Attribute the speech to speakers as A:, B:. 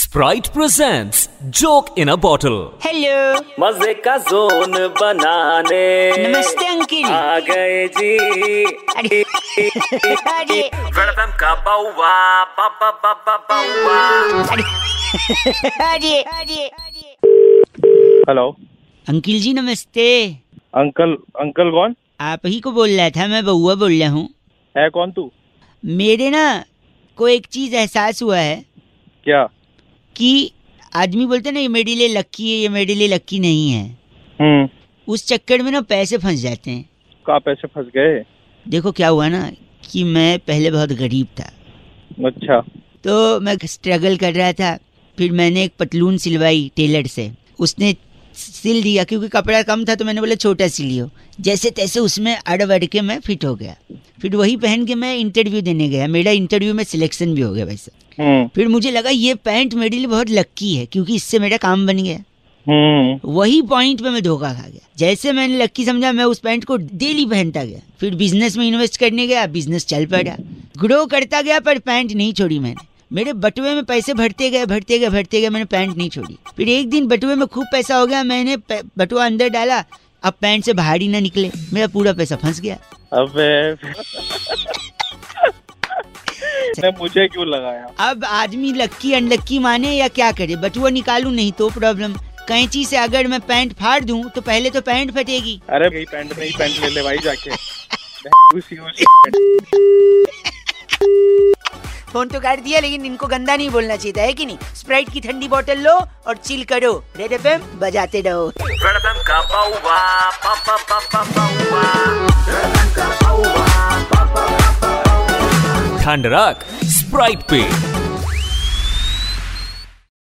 A: Sprite presents Joke in a Bottle.
B: Hello
C: मजे का zone बनाने
B: नमस्ते अंकिल
C: आ गए जी
B: अरे अरे
C: वेलकम का बाउवा बाबा बाबा बाउवा
B: अरे अरे
D: हेलो
B: अंकिल जी नमस्ते
D: अंकल अंकल कौन
B: आप ही को बोल रहा था मैं बउआ बोल रहा हूँ
D: है कौन तू
B: मेरे ना को एक चीज़ एहसास हुआ है
D: क्या
B: कि आदमी बोलते हैं ना ये मेरे लिए लक्की है ये मेरे लिए लक्की नहीं है
D: हम्म
B: उस चक्कर में ना पैसे फंस जाते हैं
D: कहाँ पैसे फंस गए
B: देखो क्या हुआ ना कि मैं पहले बहुत गरीब था
D: अच्छा
B: तो मैं स्ट्रगल कर रहा था फिर मैंने एक पतलून सिलवाई टेलर से उसने सिल दिया क्योंकि कपड़ा कम था तो मैंने बोला छोटा सिलियो जैसे तैसे उसमें अड़ अड़ के मैं फिट हो गया फिर वही पहन के मैं इंटरव्यू देने गया मेरा इंटरव्यू में सिलेक्शन भी हो गया भाई साहब
D: हम्म
B: फिर मुझे लगा ये पैंट मेरे लिए बहुत लक्की है क्योंकि इससे मेरा काम बन गया
D: हम्म
B: वही पॉइंट पे मैं धोखा खा गया जैसे मैंने लक्की समझा मैं उस पैंट को डेली पहनता गया फिर बिजनेस में इन्वेस्ट करने गया बिजनेस चल पड़ा ग्रो करता गया पर पैंट नहीं छोड़ी मैंने मेरे बटुए में पैसे भरते गए भरते गए भरते गए मैंने पैंट नहीं छोड़ी फिर एक दिन बटुए में खूब पैसा हो गया मैंने प- बटुआ अंदर डाला अब पैंट से बाहर ही ना निकले मेरा पूरा पैसा फंस गया
D: अबे ने मुझे क्यों लगाया
B: अब आदमी लक्की अनलक्की माने या क्या करे बटुआ निकालू नहीं तो प्रॉब्लम कैंची से अगर मैं पैंट फाड़ दूं तो पहले तो पैंट फटेगी
D: अरे यही पैंट नहीं पैंट ले ले भाई जाके उसी उसी
B: फोन तो काट दिया लेकिन इनको गंदा नहीं बोलना चाहिए था, है कि नहीं स्प्राइट की ठंडी बोतल लो और चिल करो रेड एफएम बजाते रहो
C: वेलकम का बाउवा बाबा बाबा बाउवा
A: ठंड रख, Sprite पे